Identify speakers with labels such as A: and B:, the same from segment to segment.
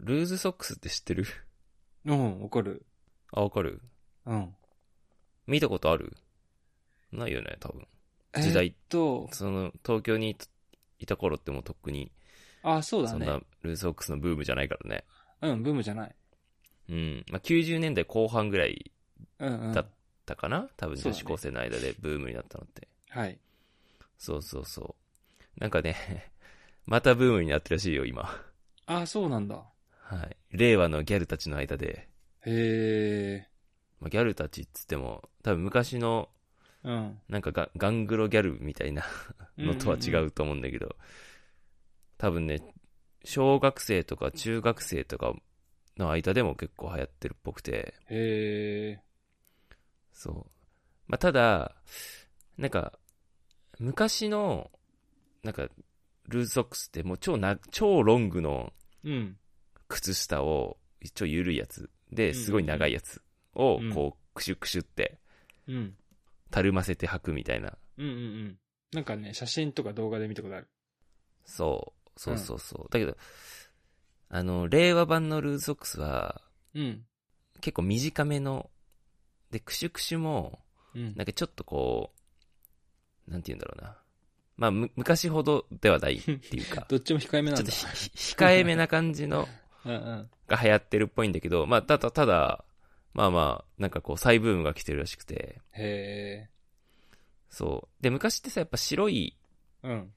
A: ルーズソックスって知ってる
B: うん、わかる。
A: あ、わかる
B: うん。
A: 見たことあるないよね、多分。時代
B: えーっと、
A: その、東京にいいた頃ってもうとっくに、
B: あ、そうだ
A: そん
B: ね
A: な。ルーズソックスのブームじゃないからね。
B: うん、ブームじゃない。
A: うん。まあ、90年代後半ぐらい
B: うんうん。
A: だだかな多分
B: そう
A: 女
B: だね
A: 子高生の間でブームになったのって。
B: はい。
A: そうそうそう。なんかね、 またブームになってるらしいよ、今。
B: あ、そうなんだ。
A: はい。令和のギャルたちの間で、
B: へ
A: まあ、ギャルたちっつっても、多分昔の、
B: え。うん。
A: なんかガガングロギャルみたいなのとは違
B: んんん。
A: うと思うんだけど、多分ね、小学生とか中学生とかの間でも結構流行ってるっぽくて、
B: へえ。
A: そう。まあ、ただ、なんか、昔の、なんか、ルーズソックスってもう超な、超ロングの
B: うん。
A: 靴下を、超緩いやつで、
B: ん
A: すごい長いやつを
B: うん、
A: こう、クシュクシュって、
B: うん。
A: たるませて履くみたいな。
B: うんうんうん。なんかね、写真とか動画で見たことある。
A: そう、そうそうそう。だけど、あの、令和版のルーズソックスは、
B: うん。
A: 結構短めの、で、クシュクシュも、
B: うん。、
A: なんかちょっとこう、なんて言うんだろうな。まあ、む昔ほどではないっていうか
B: どっちも控えめな
A: ちょ
B: ん
A: っ
B: だ
A: と。ひひ控えめな感じの
B: うんうん。
A: が流行ってるっぽいんだけど、まあ、ただ、ただ、まあまあ、なんかこう、再ブームが来てるらしくて、
B: へえ。
A: そう。で、昔ってさ、やっぱ白い、
B: うん。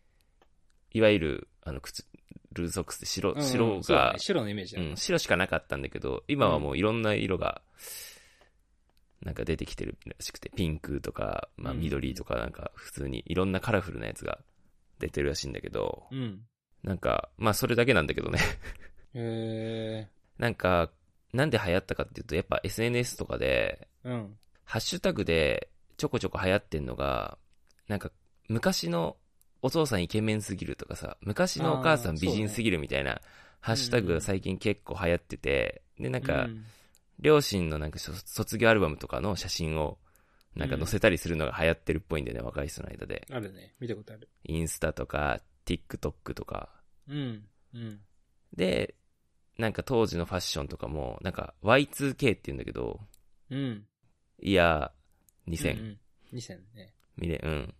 A: いわゆる、あの、靴、ルーズソックスって白、
B: うん
A: 白
B: そうだ
A: が
B: ね、白のイメージだ
A: う
B: ね
A: ん、白しかなかったんだけど、今はもういろんな色が、なんか出てきてるらしくて、ピンクとか、まあ
B: うん
A: 緑とかなんか普通にいろんなカラフルなやつが出てるらしいんだけど、
B: うん。
A: なんか、まあそれだけなんだけどね。
B: へえ。
A: なんか、なんで流行ったかっていうと、やっぱ SNS とかで、
B: うん。
A: ハッシュタグでちょこちょこ流行ってんのが、なんか昔のお父さんイケメンすぎるとかさ、昔のお母さん美人すぎるみたいな、ハッシュタグが最近結構流行ってて、で、なんか
B: う、ん
A: 両親のなんかそ卒業アルバムとかの写真をなんか載せたりするのが流行ってるっぽいんだよね、若い人の間で。
B: あるね。見たことある。
A: インスタとか、TikTok とか。
B: うん。うん。
A: で、なんか当時のファッションとかも、なんか Y2K って言うんだけど、
B: うん。
A: イヤー2000、
B: うんうん。2000ね。
A: ミレうん。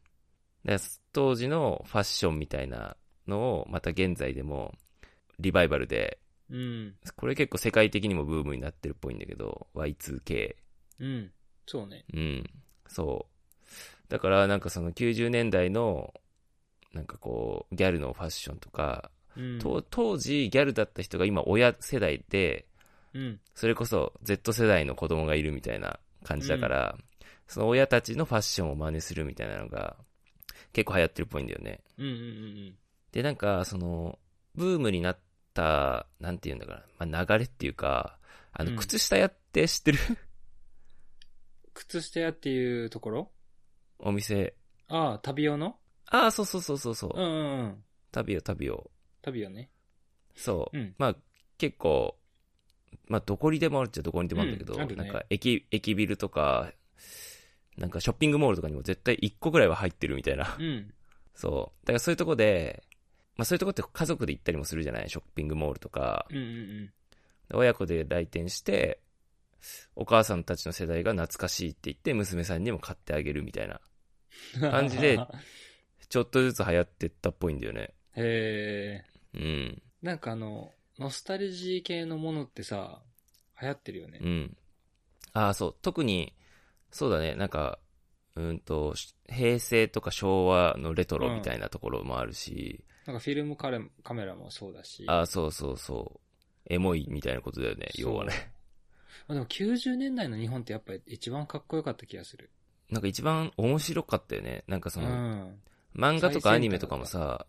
A: だから当時のファッションみたいなのを、また現在でもリバイバルで、
B: うん。
A: これ結構世界的にもブームになってるっぽいんだけど、Y2K。
B: うん。そうね。
A: うん、そう。だから、なんかその90年代の、なんかこう、ギャルのファッションとか、
B: うん。
A: と当時ギャルだった人が今親世代で、
B: うん。
A: それこそ Z 世代の子供がいるみたいな感じだから、その親たちのファッションを真似するみたいなのが、結構流行ってるっぽいんだよね。
B: うんうんうん
A: で、なんか、その、ブームになった、なんていうんだかな、まあ、流れっていうか、あ
B: う
A: の、
B: ん
A: 靴下屋って知ってる、
B: 靴下屋っていうところ
A: お店。
B: ああ、旅用の
A: ああ、そうそうそうそうそう。
B: うんうんうん。
A: 旅よ旅よ。
B: 旅用ね。
A: そう。
B: うん
A: まあ、結構、まあ、どこにでもあるっちゃどこにでもあるんだけど、
B: うんある
A: な
B: ね
A: んか駅、駅ビルとか、なんかショッピングモールとかにも絶対1個ぐらいは入ってるみたいな。
B: うん。
A: そう。だからそういうとこで、まあそういうとこって家族で行ったりもするじゃないショッピングモールとか
B: う。んうん
A: 親子で来店して、お母さんたちの世代が懐かしいって言って、娘さんにも買ってあげるみたいな。
B: うん。
A: 感じで
B: へ
A: ちょっとずつ流行ってったっぽいんだよね。
B: え。
A: うん。
B: なんかあの、ノスタルジー系のものってさ、流行ってるよね
A: う。ん。ああ、そう。特に、そうだね、なんか、うんと、し平成とか昭和のレトロみたいなところもあるし、
B: なんかフィルムカレカメラもそうだし。
A: ああ、そうそうそう。エモいみたいなことだよね、
B: そう
A: 要はね。
B: まあでも90年代の日本ってやっぱり一番かっこよかった気がする。
A: なんか一番面白かったよね。なんか
B: う
A: その、
B: ん。
A: 漫画とかアニメとかもさ、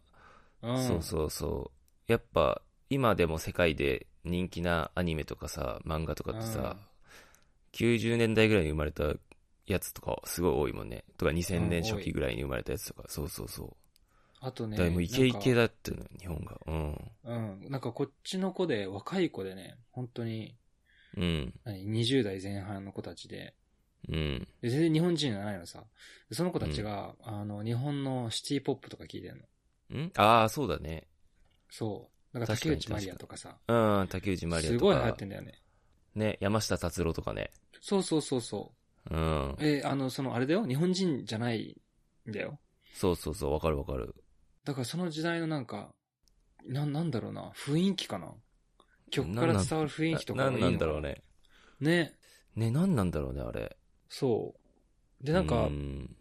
B: うん。
A: そうそうそう。やっぱ、今でも世界で人気なアニメとかさ、漫画とかってさ、90年代ぐらいに生まれたやつとかすごい多いもんね。とか2000年初期ぐらいに生まれたやつとか、そうそうそう。
B: あとね。
A: だからもうイケイケ
B: なんか
A: だったのよ、日本が。うん。
B: うん。なんかこっちの子で、若い子でね、本当に、
A: うん。
B: 何、20代前半の子たちで、
A: うん。
B: で全然日本人じゃないのさ。でその子たちが、あの、日本のシティポップとか聞いてんの。
A: んああ、そうだね。
B: そなんか
A: 確か
B: 竹
A: に
B: 内まりやとかさ、
A: うん、竹内まりや
B: す
A: とか。
B: ごい流行ってんだよね。
A: ね、山下達郎とかね。
B: そうそうそうそう。
A: うん。
B: えーあの、その、あれだよ、日本人じゃないんだよ。
A: そうそうそう、わかるわかる。
B: だからその時代のなんか、な、なんだろうな、雰囲気かな。曲か
A: なん
B: ら
A: なん
B: 伝わる雰囲気とか
A: な
B: がいい
A: ん
B: の
A: な
B: か
A: んだろう。ね。
B: ね、
A: ね、なんなんだろうね、あれ。
B: そう。で、なんか、
A: うん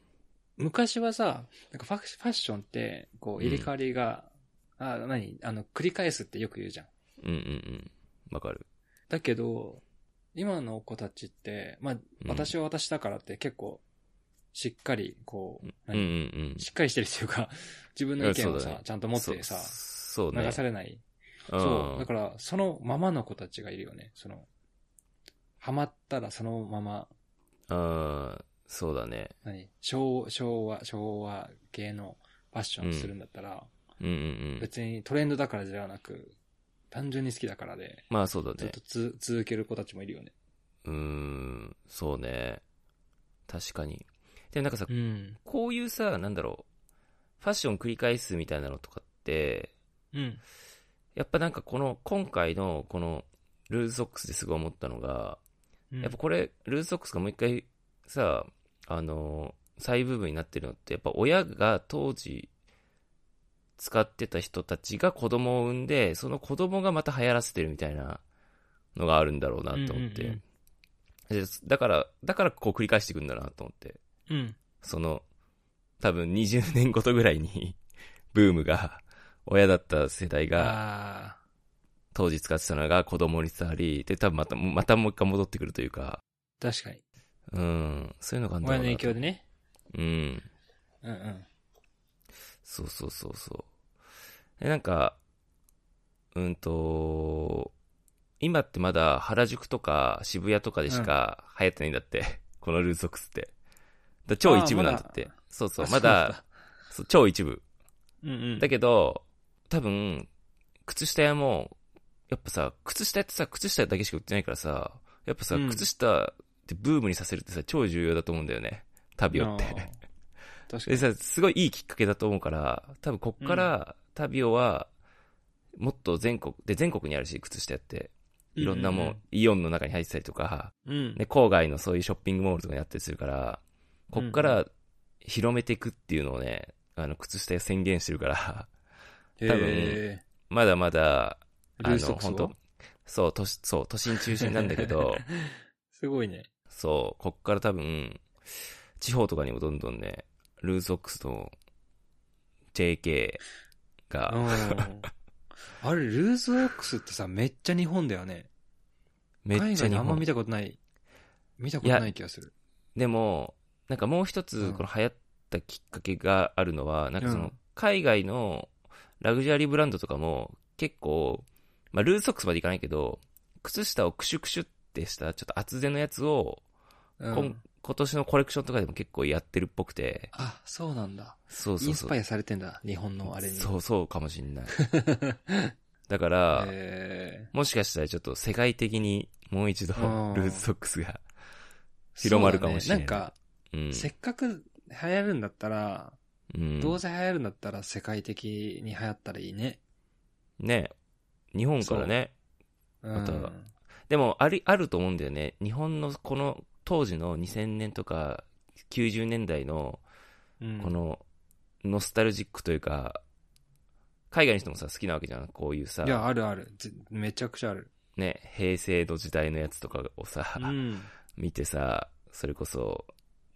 B: 昔はさ、なんかファッシファッションって、こう、入れ替わりが、あ、何あの、繰り返すってよく言うじゃん。
A: うんうんうん。わかる。
B: だけど、今の子たちって、まあ、
A: ん
B: 私は私だからって結構、しっかり、こ
A: う
B: う、
A: んうん
B: 何
A: うん。
B: しっかりしてるっていうか、 自分の意見
A: うんそ
B: を
A: う
B: さ、
A: だね
B: ちゃんと持ってさ、
A: そそうね。
B: 流されない。
A: ん
B: そう。だから、そのままの子たちがいるよね。その、ハマったらそのまま、
A: うん、そうだね。
B: 何昭昭和、昭和系のファッションするんだったら、
A: うんうんうん。
B: 別にトレンドだからではなく、単純に好きだからで、
A: まあそうだ
B: ずっ
A: ね
B: と。つ続ける子たちもいるよね。
A: うーん、そうね。確かに。でもなんかさ、
B: ん。
A: こういうさ、なんだろう、ファッション繰り返すみたいなのとかって、
B: うん。
A: やっぱなんかこの、今回のこの、ルーズソックスですごい思ったのが、やっぱこれ、ルーズソックスがもう一回さ、あのー再ブームになってるのって、やっぱ親が当時使ってた人たちが子供を産んで、その子供がまた流行らせてるみたいなのがあるんだろうなと思って。
B: うんうん
A: でだから、だからこう繰り返していくんだなと思って。
B: うん。
A: その、多分20年ごとぐらいに、 ブームが、親だった世代が、
B: ああ。
A: 当時使ってたのが子供に伝わり、で、多分また、またもう一回戻ってくるというか、
B: 確かに。
A: うん、そういうのがあるんだろ
B: 親
A: う
B: の
A: な
B: 影響でね。
A: うん。
B: うんうん。
A: そうそうそうそう。でなんか、うんと、今ってまだ原宿とか渋谷とかでしか流行ってないんだって。 このルーズソックスって。だ超一部なんだって。
B: あーま
A: そうそう、
B: あ
A: まだ、。そう超一部。
B: そうなんうんうん。
A: だけど、多分、靴下屋も、やっぱさ、靴下屋ってさ、靴下だけしか売ってないからさ、やっぱさ、
B: うん
A: 靴下ってブームにさせるってさ、超重要だと思うんだよね。旅をって。
B: あー。確か
A: で
B: に。
A: さ、すごいいいきっかけだと思うから、多分こっから、タビオは、もっと全国、で、全国にあるし、靴下やって。いろんなもん、
B: うんうん
A: イオンの中に入ってたりとか、
B: うん。
A: ね、郊外のそういうショッピングモールとかにあったりするから、こっか
B: うん
A: ら広めていくっていうのをね、あの、靴下宣言してるから、
B: へ
A: 多分
B: え。
A: まだまだ、あ
B: ル
A: の、
B: ーズソックスを
A: 本当そう、都市、そう、都心中心なんだけ ど、
B: すごいね。
A: そう、こっから多分、地方とかにもどんどんね、ルーズソックスと JK が、
B: うんあれ、ルーズオックスってさ、めっちゃ日本だよね。
A: めっちゃ
B: 海外
A: 日
B: であんま見
A: 本。
B: たことない。見たことない気がする。
A: でも、なんかもう一つ、
B: うん
A: この流行ったきっかけがあるのは、なんかそうの
B: ん、
A: 海外のラグジュアリーブランドとかも、結構、まあ、ルーズソックスまでいかないけど、靴下をクシュクシュってした、ちょっと厚手のやつを、
B: うん
A: こん今年のコレクションとかでも結構やってるっぽくて、
B: あ、そうなんだ。
A: そう
B: イ
A: そう
B: ンス
A: そう
B: パ。イアされてんだ、日本のあれに。
A: そうそうかもし んない。だから、
B: へ
A: もしかしたらちょっと世界的にもう一度
B: うん
A: ルーズソックスが、
B: ー
A: 広まるかもしれない
B: そうだねなんか、
A: うん。
B: せっかく流行るんだったら、
A: うん
B: どうせ流行るんだったら世界的に流行ったらいいね。
A: ね、日本からね。
B: うん。
A: またでも、あり、あると思うんだよね。日本のこの当時の2000年とか90年代の
B: うん
A: こ、のノスタルジックというか、海外の人もさ、好きなわけじゃん。こういうさ
B: い、や、あるある。ぜめちゃくちゃある。
A: ね、平成の時代のやつとかをさ、
B: うん。
A: 見てさ、それこそ、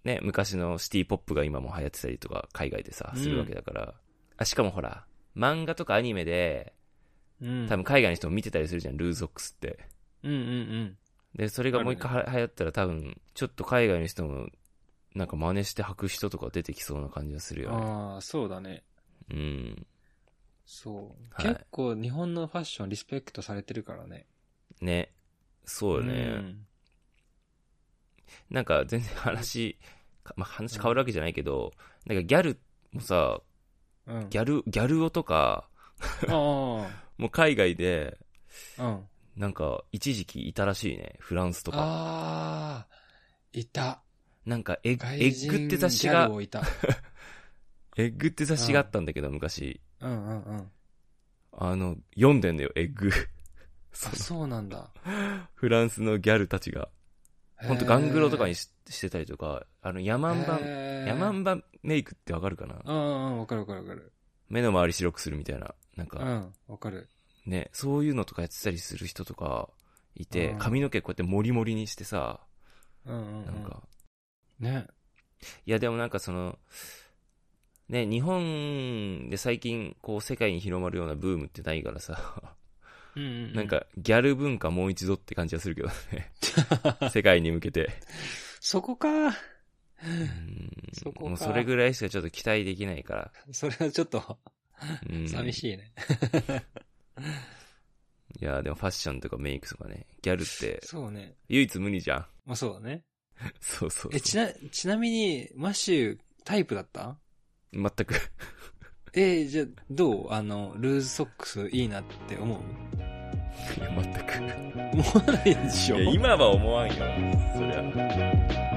A: ね、昔のシティポップが今も流行ってたりとか、海外でさ、
B: うん
A: するわけだから。あ、しかもほら、漫画とかアニメで、
B: うん。
A: 多分海外の人も見てたりするじゃん、ルーズソックスって。
B: うんうんうん。
A: で、それがもう一回は流行ったら多分、ちょっと海外の人も、なんか真似して履く人とか出てきそうな感じがするよね。
B: ああ、そうだね。
A: うん。
B: そう。
A: はい
B: 結構日本のファッションリスペクトされてるからね。
A: ね。そうよね。
B: うん
A: なんか全然話、かまあ、話変わるわけじゃないけど、なんかギャルもさ、
B: うん。
A: ギャル、ギャル男とか、
B: あ
A: もう海外で、
B: あ。うん。
A: なんか、一時期いたらしいね。フランスとか。
B: ああ、いた。
A: なんかエッ、
B: 外
A: エ
B: 人
A: ッグって雑誌
B: ギャ
A: が
B: ル、をいた。
A: エッグって雑誌があったんだけど、昔。
B: うんうんうん。
A: あの、読んでんだよ、エッグ。 そ
B: あ、
A: の
B: そうなんだ。
A: フランスのギャルたちが。 ほんとガングロとかに
B: し
A: ししてたりとか、あの、ヤマンバ、ヤマ
B: ん。
A: ンバメイクってわかるかな
B: うんうん、わかるわかるわかる。
A: 目の周り白くするみたいな。なん
B: う
A: か、
B: ん、わかる。
A: ね、そういうのとかやってたりする人とかいて
B: う、ん
A: 髪の毛こうやってモリモリにしてさ、
B: うんうん。
A: なん。か、
B: ね。
A: いやでもなんかその、ね、日本で最近こう世界に広まるようなブームってないからさ、
B: うんうん。
A: なん、かギャル文化もう一度って感じはするけど ね。世界に向けて。
B: そこか。
A: うん
B: そこか
A: もうそれぐらいしかちょっと期待できないから。
B: それはちょっと、
A: うん
B: 寂しいね。
A: いやでもファッションとかメイクとかね、ギャルって
B: そうね。
A: 唯一無二じゃん。
B: まあそうだね。
A: そうそうそう
B: え、ちな、ちなみに、マシュー、タイプだった
A: 全く。
B: えーじゃあ、どうあの、ルーズソックスいいなって思う
A: いや全く。
B: 思わないでしょ
A: いや、今は思わんよ。そりゃ。